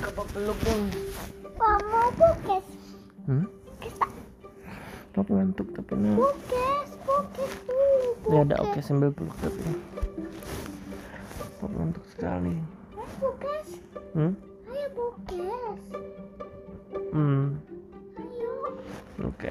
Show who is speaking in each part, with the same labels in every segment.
Speaker 1: peluk-peluk dong.
Speaker 2: Mama kukis,
Speaker 3: Hmm?
Speaker 2: kukis tak?
Speaker 3: Papa ngantuk tapi nah.
Speaker 2: Kukis, kukis dulu.
Speaker 3: Ya ada oke sambil peluk tapi. Papa ngantuk sekali.
Speaker 2: Ayo kukis,
Speaker 3: Hmm?
Speaker 2: ayo kukis.
Speaker 3: Hmm.
Speaker 2: Ayo.
Speaker 3: Oke.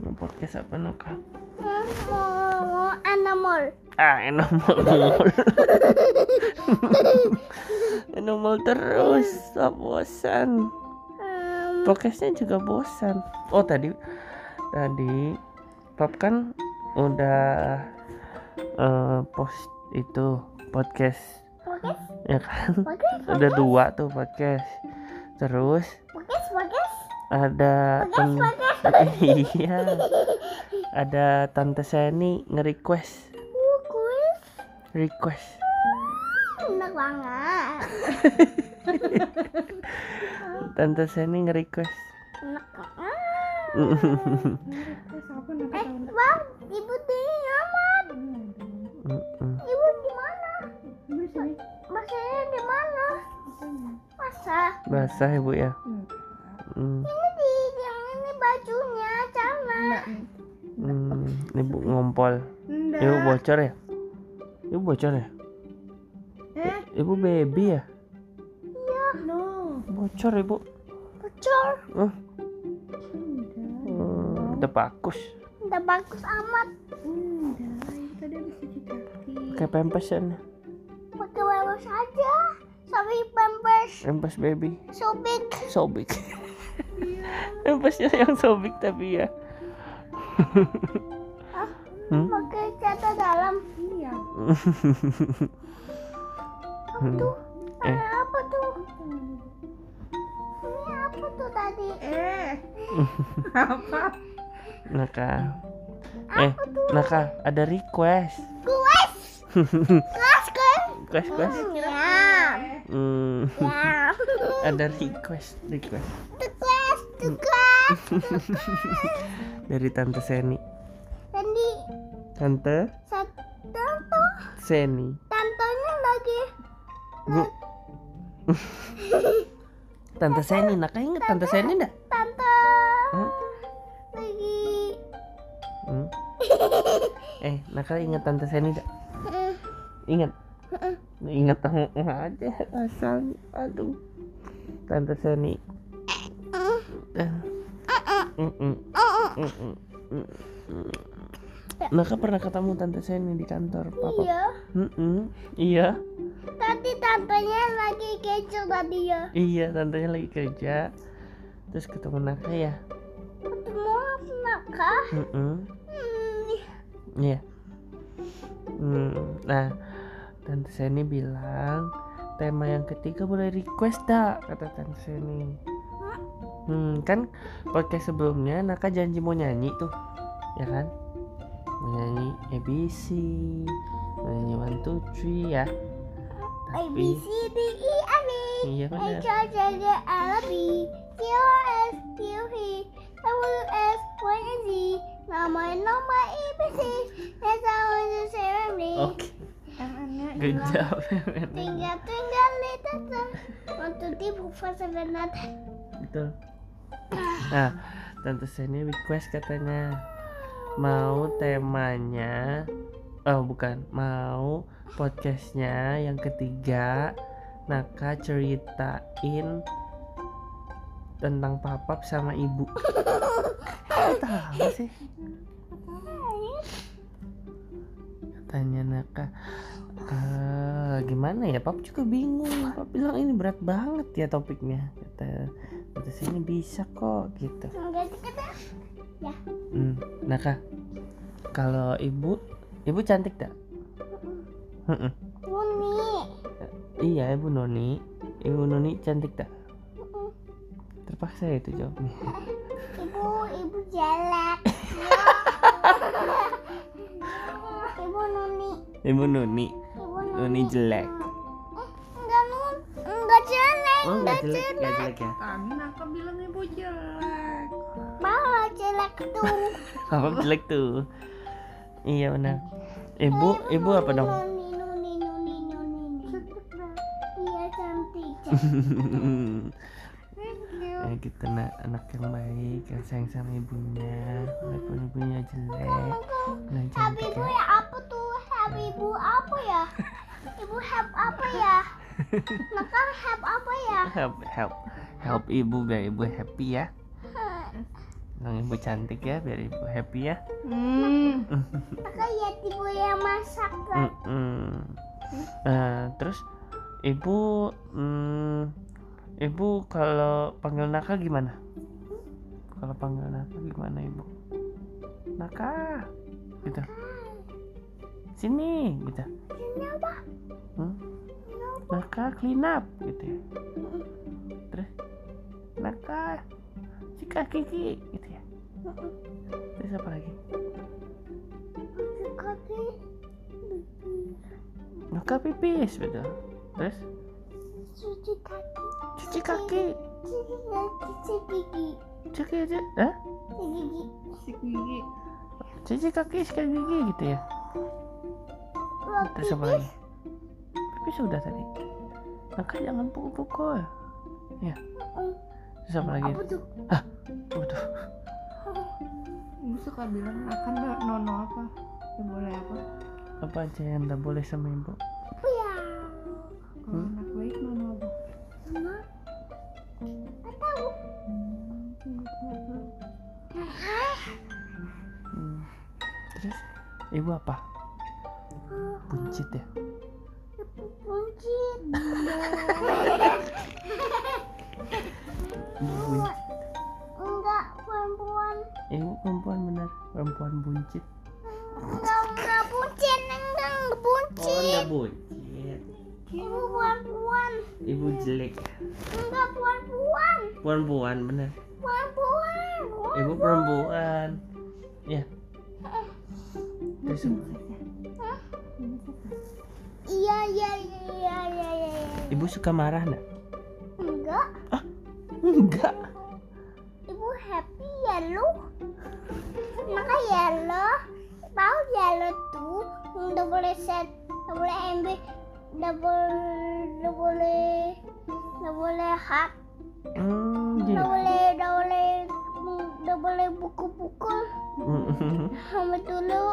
Speaker 3: Mau podcast apa no Kak?
Speaker 2: Mama, mau animal.
Speaker 3: Ah, animal. animal terus. Ah, bosan.
Speaker 2: Um,
Speaker 3: Podcastnya juga bosan. Oh, tadi tadi Pap kan udah eh, post itu podcast
Speaker 2: kukis,
Speaker 3: ya kan
Speaker 2: kukis,
Speaker 3: ada dua tuh podcast terus
Speaker 2: kukis, kukis,
Speaker 3: ada
Speaker 2: kukis,
Speaker 3: tem-
Speaker 2: kukis.
Speaker 3: iya ada tante Seni nge-request
Speaker 2: Kukis,
Speaker 3: request
Speaker 2: enak banget.
Speaker 3: tante Seni nge-request
Speaker 2: Enak banget.
Speaker 3: Mm.
Speaker 2: Eh, bang, ibu tini amat.
Speaker 3: Mm-mm.
Speaker 2: Ibu di mana? Masanya di mana? Masa?
Speaker 3: basah ibu ya Mm,
Speaker 2: Ini di yang ini bajunya sama.
Speaker 1: Nah,
Speaker 3: mm. ibu ngompol ibu
Speaker 1: Enggak.
Speaker 3: bocor ya ibu bocor ya
Speaker 1: Eh,
Speaker 3: ibu baby ya
Speaker 2: Iya,
Speaker 1: no.
Speaker 3: bocor ibu
Speaker 2: bocor.
Speaker 3: uh. Mm, udah bagus
Speaker 2: Udah bagus amat.
Speaker 1: Enggak. Itu tadi habis cuci kaki.
Speaker 3: kayak pampers ya nih.
Speaker 2: Pakai wewe saja. Sampai pampers.
Speaker 3: pampers baby
Speaker 2: Sobek.
Speaker 3: sobik pampasnya yang sobik tapi ya
Speaker 2: Ah,
Speaker 3: Hmm?
Speaker 2: Pakai jatah dalam.
Speaker 1: Iya.
Speaker 2: Apa tuh?
Speaker 3: Eh.
Speaker 2: Eh, apa tuh? Ini apa tuh tadi?
Speaker 1: Eh. Apa?
Speaker 3: Naka. Eh, Naka, ada request.
Speaker 2: Kues. Kues kan?
Speaker 3: Request, request.
Speaker 1: Eh.
Speaker 2: Ya.
Speaker 3: Hmm,
Speaker 2: Ya.
Speaker 3: ada request, request
Speaker 2: Tugas, tugas.
Speaker 3: dari Tante Seni.
Speaker 2: Tadi
Speaker 3: Tante
Speaker 2: satu tuh
Speaker 3: Seni.
Speaker 2: tantenya lagi
Speaker 3: Bu. Tante Seni, Naka inget Tante Seni enggak?
Speaker 2: tante
Speaker 3: Hmm?
Speaker 2: lagi
Speaker 3: Hmm. Eh, Naka inget Tante Seni enggak? Ingat. Ingat tahu aja asal aduh. Tante Seni. Eh. Hmm, Mm-mm. Mm-mm. Naka hmm. pernah ketemu tante Seni di kantor papa.
Speaker 2: iya
Speaker 3: Mm-mm. Iya,
Speaker 2: tadi tantenya lagi kecoh tadi ya
Speaker 3: iya tantenya lagi kerja. Terus ketemu Naka ya.
Speaker 2: ketemu apa kah
Speaker 3: Mm-mm.
Speaker 2: hmm,
Speaker 3: Iya. Hmm, Nah, tante Seni bilang tema yang ketiga boleh request dah kata tante Seni. Hmm, kan podcast sebelumnya Naka janji mau nyanyi tuh, ya kan? Mau nyanyi ABC, mau nyanyi One Two Three ya.
Speaker 2: A B
Speaker 3: Tapi,
Speaker 2: C D E F G
Speaker 3: iya
Speaker 2: H
Speaker 3: benar.
Speaker 2: I J K L M N P O S Q R W S Y and Z nama nama A B C S A O U C M D
Speaker 3: Oke,
Speaker 1: MN-nya
Speaker 3: good job.
Speaker 2: Tinggal tinggal lihat aja. Waktu di buka sebenarnya
Speaker 3: Betul. Nah, Tante Seni request katanya mau temanya oh bukan, mau podcastnya yang ketiga Naka ceritain tentang papap sama ibu. Kok Tahu sih tanya Naka. "Eh, gimana ya pap juga bingung pap bilang ini berat banget ya topiknya kata kata sini bisa kok gitu
Speaker 2: Enggak kita
Speaker 3: Hmm, Naka, kalau ibu, ibu cantik tak? Mm-mm.
Speaker 2: Uni.
Speaker 3: Iya, ibu Noni, ibu Noni cantik tak? Terpaksa ya itu jawabnya.
Speaker 2: Ibu ibu jelek. ibu Nuni.
Speaker 3: Ibu Noni,
Speaker 2: Ibu Nuni.
Speaker 3: Noni jelek.
Speaker 2: Eh, Enggak Nun. Enggak jelek.
Speaker 3: Oh,
Speaker 2: Enggak
Speaker 3: nggak jelek,
Speaker 2: jelek.
Speaker 3: nggak jelek ya?
Speaker 1: Tadi Naka bilang ibu jelek.
Speaker 2: Malah jelek tuh.
Speaker 3: Apa jelek tuh? Iya benar. Ibu, ibu apa dong?
Speaker 2: Nuni Nuni Nuni Nuni. Iya cantik. Thank you.
Speaker 3: Eh, kita nak anak yang baik yang sayang sama ibunya walaupun ibunya jelek yang
Speaker 2: Happy
Speaker 3: cantik
Speaker 2: ibu
Speaker 3: ya
Speaker 2: ya apa tuh? Happy ibu apa ya? Ibu help apa ya? Nakal help apa ya?
Speaker 3: help help help ibu biar ibu happy ya
Speaker 2: Hah,
Speaker 3: yang ibu cantik ya biar ibu happy ya
Speaker 1: Hmm.
Speaker 2: Nakal ya ibu yang masak kan?
Speaker 3: Mm-mm. Nah, terus ibu mm, ibu kalau panggil Naka gimana? Kalau panggil Naka gimana ibu? Naka gitu. Sini gitu.
Speaker 2: Ini apa?
Speaker 3: Hmm? Naka clean up gitu ya. Terus Naka sikat gigi gitu ya. Terus apa lagi?
Speaker 2: Kopi.
Speaker 3: Naka pipis gitu. Terus
Speaker 2: Cuci kaki.
Speaker 3: cuci kaki.
Speaker 2: Cuci kaki. Cuci gigi.
Speaker 3: Cuci aja. Hah?
Speaker 2: Cuci gigi.
Speaker 1: Si gigi.
Speaker 3: cuci kaki sikat gigi gitu ya
Speaker 2: Wah,
Speaker 3: terus apa
Speaker 2: pipis.
Speaker 3: lagi pipis sudah tadi maka jangan pukul-pukul ya
Speaker 2: Mm.
Speaker 3: terus apa lagi
Speaker 2: Apa tuh?
Speaker 3: waduh
Speaker 1: Ibu suka bilang akan no- nono apa? Ya boleh apa?
Speaker 3: apa aja yang nggak boleh sama ibu
Speaker 2: Apa ya?
Speaker 1: Kalau
Speaker 3: Hmm.
Speaker 1: anak baik nono apa?
Speaker 2: Mama, nggak tahu. Nah,
Speaker 3: Hmm. terus ibu apa buncit ya
Speaker 2: Buncit.
Speaker 3: ibu buncit
Speaker 2: Enggak perempuan.
Speaker 3: ibu perempuan benar perempuan buncit
Speaker 2: Enggak enggak buncit, enggak enggak buncit.
Speaker 3: Oh, buncit
Speaker 2: Ibu perempuan.
Speaker 3: ibu jelek
Speaker 2: Enggak perempuan.
Speaker 3: perempuan benar
Speaker 2: Perempuan.
Speaker 3: ibu perempuan ya
Speaker 2: Eh.
Speaker 3: terus
Speaker 2: Iya iya iya iya iya. iya.
Speaker 3: ibu suka marah nggak
Speaker 2: Enggak.
Speaker 3: enggak
Speaker 2: Ibu happy yellow. Maka yellow. Mau yellow tuh nggak boleh set, nggak boleh MB, nggak boleh, nggak boleh, nggak boleh hat,
Speaker 3: Hmm, jadi-
Speaker 2: nggak boleh, nggak boleh, nggak boleh buku-buku
Speaker 3: Mm.
Speaker 2: sama dulu.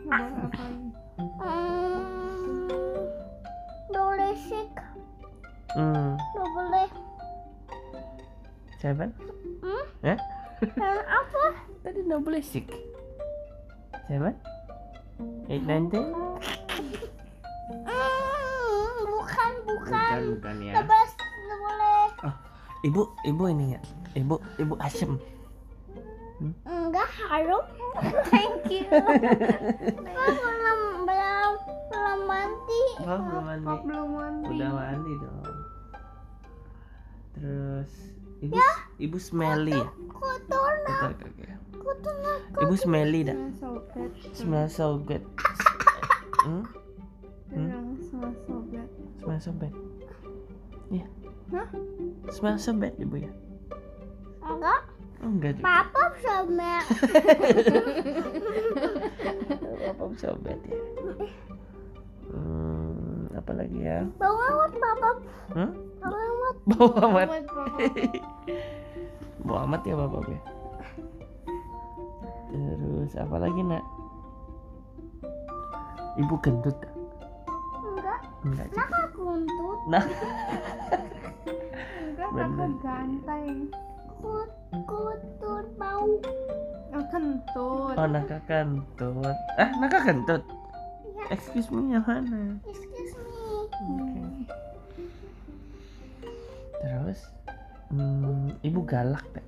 Speaker 1: Nono apa?
Speaker 2: Hmm, nggak boleh sick,
Speaker 3: Hmm,
Speaker 2: nggak boleh.
Speaker 3: Seven?
Speaker 2: Hmm?
Speaker 3: Eh?
Speaker 2: Dan apa?
Speaker 3: Tadi nggak boleh sik. Seven? Eight, nine, ten?
Speaker 2: Hmm, bukan bukan.
Speaker 3: bukan ya.
Speaker 2: Nggak boleh, nggak boleh.
Speaker 3: Ibu, ibu ini ya. Ibu, ibu asem.
Speaker 2: Enggak harum. Thank you. Kok belum belum belum mandi.
Speaker 3: Oh, belum
Speaker 1: Kok
Speaker 3: mandi.
Speaker 1: belum mandi?
Speaker 3: Udah mandi dong. Terus, ibu, ibu smelly ya.
Speaker 2: Kotor nak,
Speaker 3: Bentar, bentar, bentar.
Speaker 2: kotor nak.
Speaker 3: Ibu smelly dah.
Speaker 1: Smell so bad.
Speaker 3: Smell so good. Hmm?
Speaker 1: Bilang smell so bad.
Speaker 3: Smell so bad. Iya.
Speaker 1: Hah?
Speaker 3: Smell so bad ibu ya.
Speaker 2: Enggak.
Speaker 3: Oh, enggak. juga.
Speaker 2: Papa sama
Speaker 3: apa coba ya hmm, apa lagi ya
Speaker 2: bangun papa
Speaker 3: hmm?
Speaker 2: bangun.
Speaker 3: bau amat
Speaker 1: Muhammad, Muhammad.
Speaker 3: bau amat ya bapak ya terus apa lagi nak ibu gendut tak?
Speaker 2: Enggak.
Speaker 3: enggak sih
Speaker 2: Nak aku untuk
Speaker 3: nah
Speaker 1: Enggak,
Speaker 3: Bener.
Speaker 1: kakak ganteng.
Speaker 2: kut kotor bau.
Speaker 1: Oh, kentut.
Speaker 3: oh nakak kentut ah nakak kentut
Speaker 2: Ya.
Speaker 3: excuse me yang mana
Speaker 2: Excuse me.
Speaker 3: Oke.
Speaker 1: Hmm.
Speaker 3: terus hmm, ibu galak tak?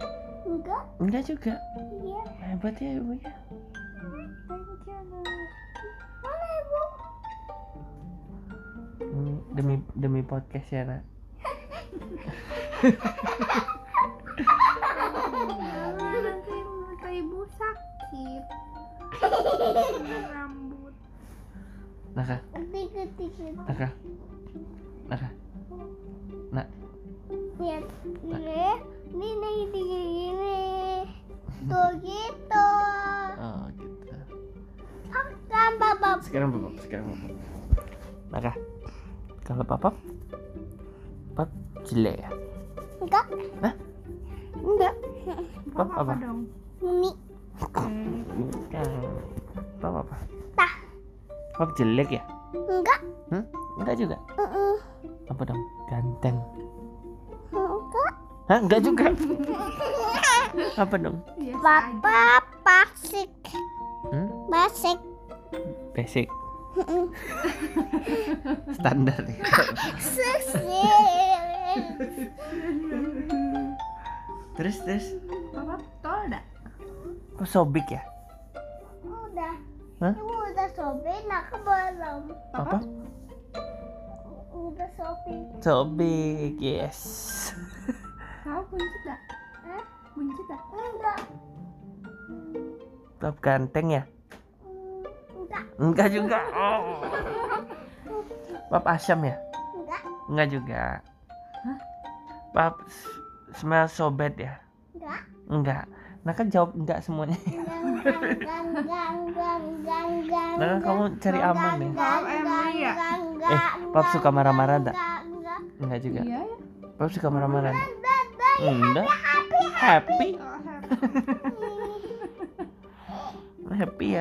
Speaker 2: Enggak.
Speaker 3: enggak juga
Speaker 2: Iya.
Speaker 3: hebat ya ibu ya
Speaker 2: Thank you. Mana ibu?
Speaker 3: Hmm, demi demi podcast ya nak
Speaker 1: Jangan, nanti mata ibu sakit. Rambut.
Speaker 3: Naka,
Speaker 2: Tiga tiga.
Speaker 3: Naka, Naka. Nak,
Speaker 2: Lihat ini, ini ini ini. Tuh gitu.
Speaker 3: oh gitu.
Speaker 2: Kan bapak
Speaker 3: Sekarang bapak, sekarang bapak. Naka, Kalau papa, papa jelek ya?
Speaker 2: Enggak,
Speaker 1: Enggak.
Speaker 3: Pap
Speaker 1: Papa
Speaker 3: apa?
Speaker 1: apa dong?
Speaker 2: Mimi.
Speaker 1: Hmm,
Speaker 3: Bukan. Papa apa?
Speaker 2: Tah.
Speaker 3: Papa jelek ya?
Speaker 2: Enggak.
Speaker 3: Hmm? Enggak juga.
Speaker 2: Mm-mm.
Speaker 3: Apa dong? Ganteng.
Speaker 2: Enggak.
Speaker 3: Hah? Enggak juga. apa dong?
Speaker 1: biasa Iya, aja.
Speaker 2: Papa pasik.
Speaker 3: Hmm?
Speaker 2: Basik.
Speaker 3: Basic.
Speaker 2: Mm-mm.
Speaker 3: Standar. ya?
Speaker 2: Sisir.
Speaker 3: terus terus.
Speaker 1: Papa tol dah.
Speaker 3: Kok sobik ya?
Speaker 2: Udah.
Speaker 3: Hah?
Speaker 2: Ibu udah sobek, nak belum?
Speaker 1: Papa?
Speaker 3: Apa?
Speaker 2: Udah sobek.
Speaker 3: Sobik. Yes.
Speaker 1: Kau buncit dah. Eh,
Speaker 2: Hah?
Speaker 1: Buncit dah.
Speaker 2: Enggak.
Speaker 3: Papa ganteng ya?
Speaker 2: Mm, Enggak.
Speaker 3: Enggak juga. Oh. Papa asam ya?
Speaker 2: Enggak.
Speaker 3: Enggak juga. Pap smell sobet ya?
Speaker 2: Enggak.
Speaker 3: Enggak. Nah kan jawab enggak semuanya. Nah kan kamu cari aman ya? Pap suka marah-marah enggak? Enggak juga.
Speaker 1: Iya ya.
Speaker 3: Pap suka marah-marah. enggak? Enggak. Happy.
Speaker 1: Oh, happy.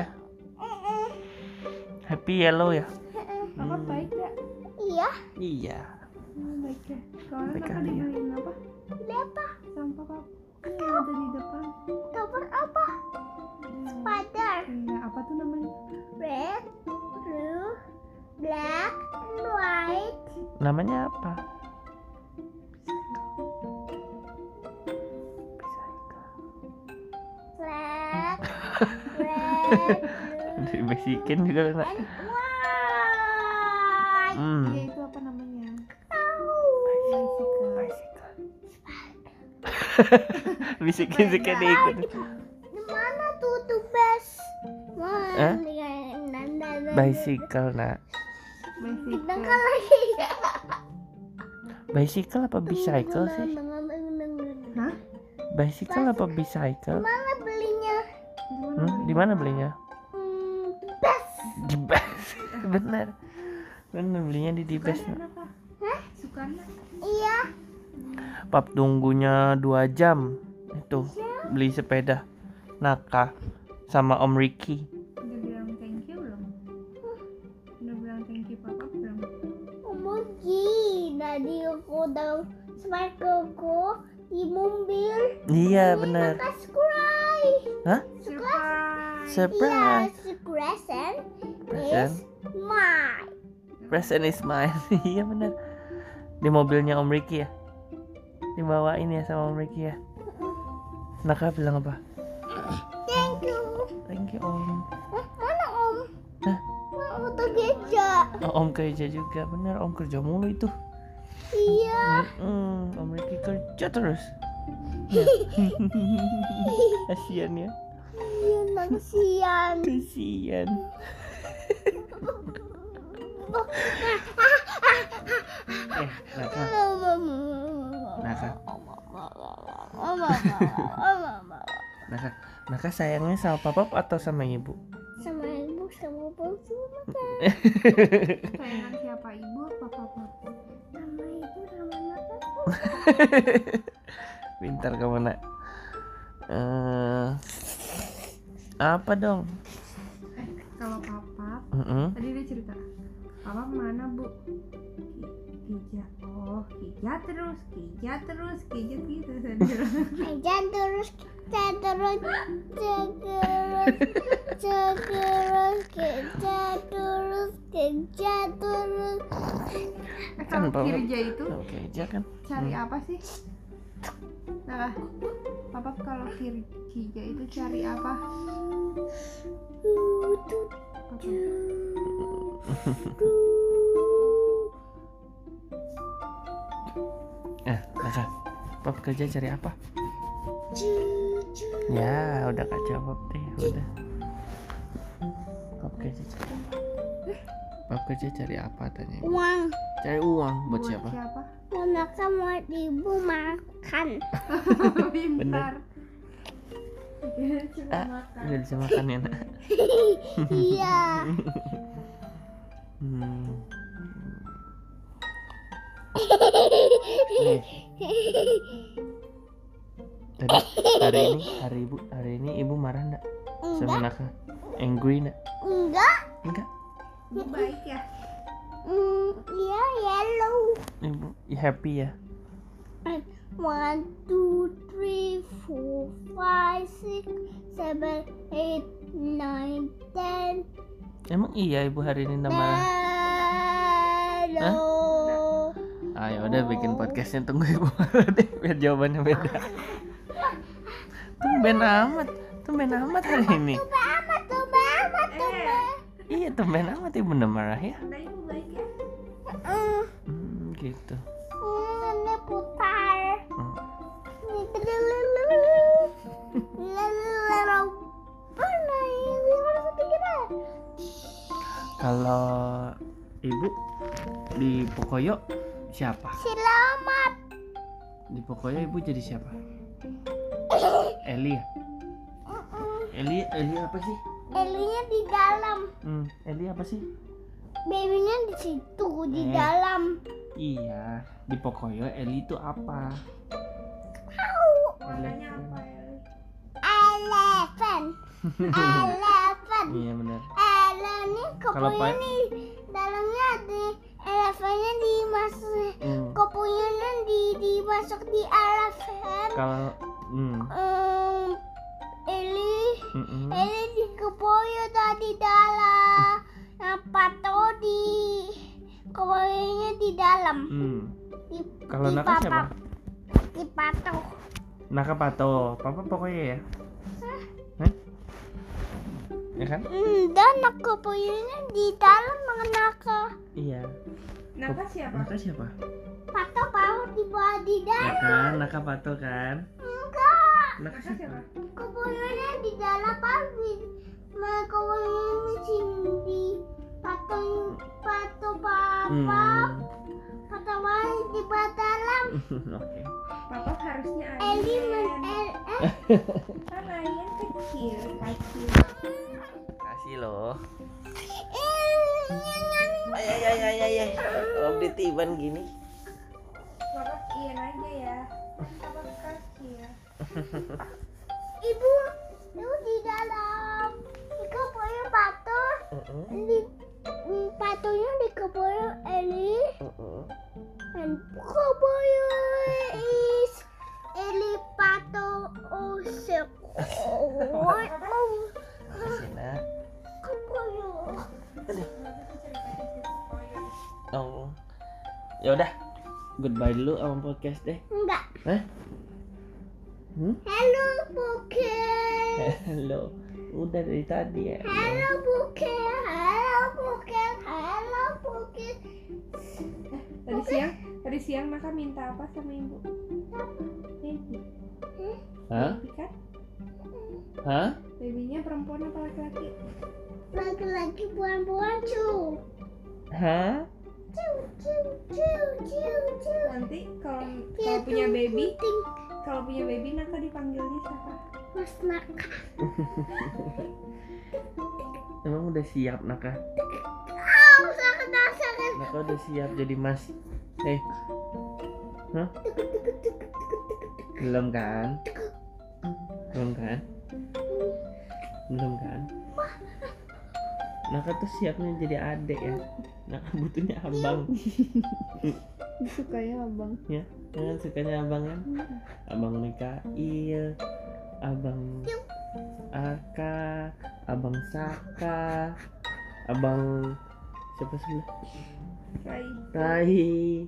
Speaker 3: Happy ya. Happy yellow ya?
Speaker 1: Papa
Speaker 3: Hmm.
Speaker 1: baik dah.
Speaker 2: Iya,
Speaker 3: Iya.
Speaker 1: Hmm, baik dah. Soalnya
Speaker 3: Baik
Speaker 1: Papa
Speaker 3: kali ya.
Speaker 1: dibeliin apa?
Speaker 2: lepa
Speaker 1: Sama Papa. Iya, ada di depan.
Speaker 2: cover apa? Spider,
Speaker 1: Iya, apa tuh namanya?
Speaker 2: red, blue, black, and white.
Speaker 3: Namanya apa?
Speaker 2: Black, red,
Speaker 3: Dari
Speaker 2: blue,
Speaker 3: basikin juga
Speaker 2: and
Speaker 3: nak.
Speaker 2: white.
Speaker 1: Iya,
Speaker 3: Hmm.
Speaker 1: itu apa namanya?
Speaker 2: Tahu?
Speaker 1: Bicycle.
Speaker 3: Bisikin-bisikin diikut.
Speaker 2: Di mana tuh tuh best?
Speaker 3: Eh?
Speaker 2: Wah,
Speaker 3: Bicycle nak.
Speaker 2: Kita
Speaker 1: Bicycle.
Speaker 2: kan lagi.
Speaker 3: Bicycle apa bicycle sih?
Speaker 1: Hah?
Speaker 3: Bicycle apa bicycle?
Speaker 2: Mana belinya?
Speaker 1: Gimana
Speaker 3: Hmm?
Speaker 1: beli?
Speaker 3: Di mana belinya?
Speaker 2: Hmm, best.
Speaker 3: Di Best. Bener. Bener belinya di di Best.
Speaker 1: Sukanya apa?
Speaker 2: Hah?
Speaker 1: Sukanya.
Speaker 2: Iya.
Speaker 3: Pap tunggunya 2 jam. Itu beli sepeda. Naka sama Om Ricky.
Speaker 1: Udah bilang thank you belum? Udah bilang thank you papa belum?
Speaker 2: Mungkin tadi aku udah smart koko di mobil. Ini
Speaker 3: Iya, bener.
Speaker 2: Kakak scry.
Speaker 1: Surprise.
Speaker 2: Iya,
Speaker 3: Surprise.
Speaker 2: present
Speaker 3: Present.
Speaker 2: is mine.
Speaker 3: Present is mine. iya bener. Di mobilnya Om Ricky ya. Dibawain ya sama Om Ricky ya. Naka bilang apa?
Speaker 2: Thank you.
Speaker 3: Thank you Om.
Speaker 2: Eh, mana om?
Speaker 3: Hah?
Speaker 2: Mau tuh geja.
Speaker 3: Oh, om kerja juga bener. Om kerja mulu itu.
Speaker 2: Iya.
Speaker 3: Mm-mm, Om Ricky kerja terus. Kasian ya.
Speaker 2: Iya, kasihan.
Speaker 3: Kasian. Eh, Naka, Naka, Naka, Naka sayangnya sama papa atau sama ibu?
Speaker 2: sama ibu sama bungsu
Speaker 1: Sayangan siapa ibu apa papa?
Speaker 2: sama ibu sama mama
Speaker 3: Pintar kamu nak. Eh, apa dong?
Speaker 1: Eh, kalau papa
Speaker 3: Mm-mm.
Speaker 1: tadi dia cerita papa mana bu? Ki- Kija, oh kija terus, kija terus, kija gitu terus.
Speaker 2: aja terus kita terus terus terus kita terus kerja terus
Speaker 1: Eh, kalau
Speaker 3: Papa-
Speaker 1: kerja itu
Speaker 3: Oke aja kan.
Speaker 1: cari apa sih? Nah, papa kalau kir- kija itu cari apa? Papa,
Speaker 3: Eh, Naka, papa kerja cari apa? Ya, udah kak jawab deh, udah. Papa kerja cari apa? Papa kerja cari apa tanya? ibu.
Speaker 2: uang
Speaker 3: Cari uang buat siapa?
Speaker 1: siapa?
Speaker 2: karena kamu ibu makan
Speaker 1: Pintar. Dia cuma
Speaker 3: Ah,
Speaker 1: makan.
Speaker 3: Udah bisa makan ya nak.
Speaker 2: iya
Speaker 3: Hmm. Nih. Tadi hari ini hari ibu hari ini ibu marah nggak sama
Speaker 2: enggak
Speaker 3: Naka? Angry nggak?
Speaker 2: enggak
Speaker 3: Enggak.
Speaker 1: Ibu baik ya
Speaker 2: mm, iya yellow
Speaker 3: Ibu happy ya.
Speaker 2: One, two, three, four, five, six, seven, eight, nine, ten.
Speaker 3: Emang iya ibu hari ini nggak marah?
Speaker 2: Hello.
Speaker 3: Ayo Ah, ya udah bikin podcastnya tunggu ibu marah deh biar jawabannya beda. Tumben amat, tumben amat hari ini.
Speaker 2: Coba amat, coba amat,
Speaker 3: Eh.
Speaker 2: coba.
Speaker 3: Iya tumben amat ibu udah marah ya.
Speaker 1: Nah ibu baik ya
Speaker 2: Mm,
Speaker 3: Hmm, gitu.
Speaker 2: mm, Ini putar.
Speaker 3: Hmm.
Speaker 2: Ini telelelele. Lelelele. Mana ini? Mana kepikiran?
Speaker 3: Kalau ibu di Pokoyo siapa?
Speaker 2: Selamat.
Speaker 3: Di Pokoyo ibu jadi siapa? Eli ya?
Speaker 2: Mm-mm.
Speaker 3: Eli, Eli apa sih?
Speaker 2: Elunya di dalam.
Speaker 3: Hmm, Eli apa sih?
Speaker 2: Babynya di situ, di
Speaker 3: Eh.
Speaker 2: dalam.
Speaker 3: Iya, di Pokoyo Eli itu apa?
Speaker 1: Warnanya apa ya
Speaker 2: Eleven. Eleven.
Speaker 3: Iya benar.
Speaker 2: Eleven ini
Speaker 3: Kalau
Speaker 2: kopunya
Speaker 3: pa-
Speaker 2: nih dalamnya ada elevennya dimasuk
Speaker 3: Hmm.
Speaker 2: kopunya nih di dimasuk di eleven.
Speaker 3: Kalau hmm,
Speaker 2: Um, Eli
Speaker 3: mm, mm.
Speaker 2: Eli di kopunya tadi dalam. Apa tuh di kopunya di dalam.
Speaker 3: Hmm.
Speaker 2: Di,
Speaker 3: Kalau
Speaker 2: di
Speaker 3: Naka siapa?
Speaker 2: papa- Di patok.
Speaker 3: Naka Pato. Papa Pokoyo ya? Hah? Ya kan?
Speaker 2: Hmm, dan aku punya di dalam mengenaka
Speaker 3: Iya.
Speaker 1: Naka siapa?
Speaker 3: Naka siapa?
Speaker 2: patok baru dibawa di
Speaker 3: Ya
Speaker 2: dalam.
Speaker 3: kan, Naka Pato kan?
Speaker 2: Enggak,
Speaker 3: Naka
Speaker 1: Naka siapa?
Speaker 3: siapa?
Speaker 2: kuburannya di dalam baru mereka ini sini di patung patung papa
Speaker 3: Hmm.
Speaker 2: patung baru di bawah dalam.
Speaker 3: Oke.
Speaker 1: Papa harusnya
Speaker 2: Eli men
Speaker 1: Alien
Speaker 2: el eh
Speaker 1: Kan Alien kecil Kecil
Speaker 3: Kasih loh.
Speaker 2: eh,
Speaker 3: Ay ay ay ay ay. Om ditiban gini.
Speaker 1: Papa Ian aja ya Papa kecil
Speaker 2: ibu itu di dalam. Kau punya patung
Speaker 3: Heeh.
Speaker 2: di patungnya di kuburan Eli.
Speaker 3: Heeh.
Speaker 2: And cowboy is Elipato Osek. oh.
Speaker 3: Kasih nak.
Speaker 2: Cowboy.
Speaker 3: Oh. Ya udah. Goodbye dulu sama podcast deh.
Speaker 2: Enggak.
Speaker 3: Eh? Hmm?
Speaker 2: Hello Booker.
Speaker 3: Halo. Udah dari tadi ya.
Speaker 2: Hello Booker. Hello Booker. Hello Booker.
Speaker 1: Tadi siang Tadi siang Naka minta apa sama ibu? Baby
Speaker 3: Hah?
Speaker 1: Baby kan?
Speaker 3: Hah?
Speaker 1: Babynya perempuan apa laki-laki?
Speaker 2: Lagi-lagi buan-buan cu.
Speaker 3: Hah?
Speaker 2: Cu cu cu cu cu.
Speaker 1: Nanti kalau kalau punya baby Kalau punya baby Naka dipanggilnya siapa?
Speaker 2: Mas nak.
Speaker 3: Emang udah siap Naka?
Speaker 2: Oh, sakit sakit.
Speaker 3: Naka udah siap jadi mas? Eh, belum kan? Belum kan? Belum kan? Naka tuh siapnya jadi adek ya. Naka butuhnya abang.
Speaker 1: Sukanya abang
Speaker 3: Jangan sukanya abang kan? Abang Mikail, abang Aka, abang Saka, abang siapa sebelah?
Speaker 1: Rai
Speaker 3: Rai.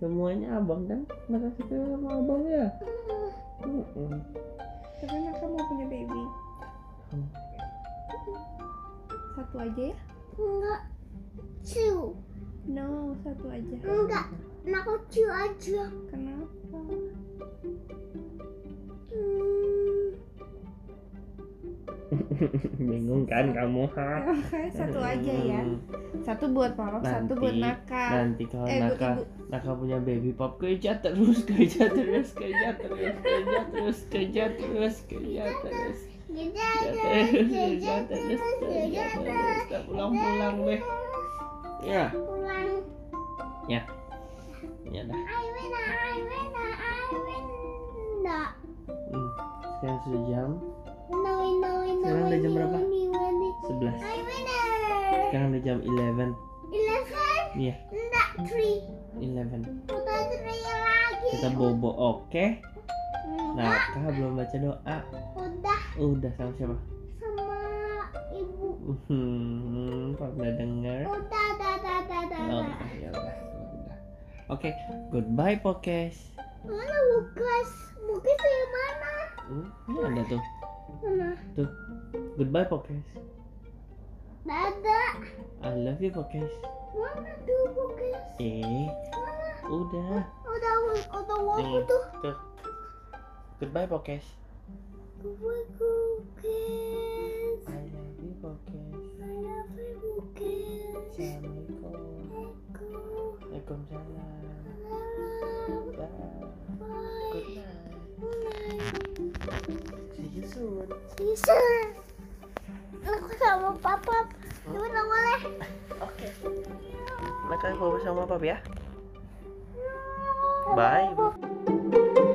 Speaker 3: Semuanya abang kan? Naka suka sama abang ya? Mm-mm.
Speaker 1: Tapi Naka mau punya baby
Speaker 3: Hmm.
Speaker 1: Satu aja ya?
Speaker 2: Enggak. Cu.
Speaker 1: No, satu aja
Speaker 2: Enggak, aku cu aja.
Speaker 1: Kenapa?
Speaker 2: Hmm,
Speaker 3: Bingung kan kamu ha?
Speaker 1: Oke, satu aja ya Satu buat Papa, satu buat
Speaker 3: Hmm. Nanti.
Speaker 1: Naka
Speaker 3: Nanti kalau
Speaker 1: Eh, buat
Speaker 3: Naka
Speaker 1: ibu
Speaker 3: Naka punya baby pop kerja terus kerja terus kerja terus kerja terus kerja terus kerja terus
Speaker 1: Iya,
Speaker 2: Kerja
Speaker 3: kerja
Speaker 2: terus,
Speaker 3: terus
Speaker 2: kerja terus,
Speaker 3: kerja terus
Speaker 2: kerja
Speaker 3: kerja terus
Speaker 2: terus.
Speaker 3: tak pulang pulang deh ya
Speaker 2: Pulang.
Speaker 3: ya ya dah
Speaker 2: I win, I win, I win. Nah,
Speaker 3: hmm. sekarang sudah jam
Speaker 2: no, win, no, win, no,
Speaker 3: Sekarang udah
Speaker 2: win,
Speaker 3: jam
Speaker 2: no,
Speaker 3: berapa?
Speaker 2: win, no, win, no.
Speaker 3: 11
Speaker 2: I winner.
Speaker 3: sekarang Kan udah jam 11
Speaker 2: Eleven?
Speaker 3: Iya.
Speaker 2: Enggak, three.
Speaker 3: 11
Speaker 2: Udah three lagi.
Speaker 3: kita bobo oke
Speaker 2: Enggak,
Speaker 3: nah kakak belum baca doa
Speaker 2: udah
Speaker 3: udah sama siapa
Speaker 2: sama ibu.
Speaker 3: hmm kalau udah dengar
Speaker 2: Udah, udah, udah, udah, udah.
Speaker 3: oh, ya udah udah. oke goodbye podcast
Speaker 2: Mana Lukas? Lukas dari mana?
Speaker 3: hmm, ini ada tuh
Speaker 2: Mana?
Speaker 3: goodbye podcast
Speaker 2: Dada.
Speaker 3: I love you podcast
Speaker 2: Mana tuh Lukas?
Speaker 3: eh
Speaker 2: Mana?
Speaker 3: udah
Speaker 2: Udah, udah waktu
Speaker 3: Nih,
Speaker 2: tuh.
Speaker 3: tuh goodbye podcast
Speaker 2: Gue Lukas.
Speaker 3: I love you podcast
Speaker 2: I love you Lukas.
Speaker 3: assalamualaikum
Speaker 2: Aku
Speaker 3: waalaikumsalam
Speaker 2: love.
Speaker 3: bye
Speaker 2: Bye.
Speaker 3: good night
Speaker 2: Bye.
Speaker 3: see you soon
Speaker 2: Bisa. Aku sama papa. Ibu nggak boleh.
Speaker 3: oke Nah, kalian mau bersama apa ya?
Speaker 2: Nggak
Speaker 3: Bye.
Speaker 2: boleh.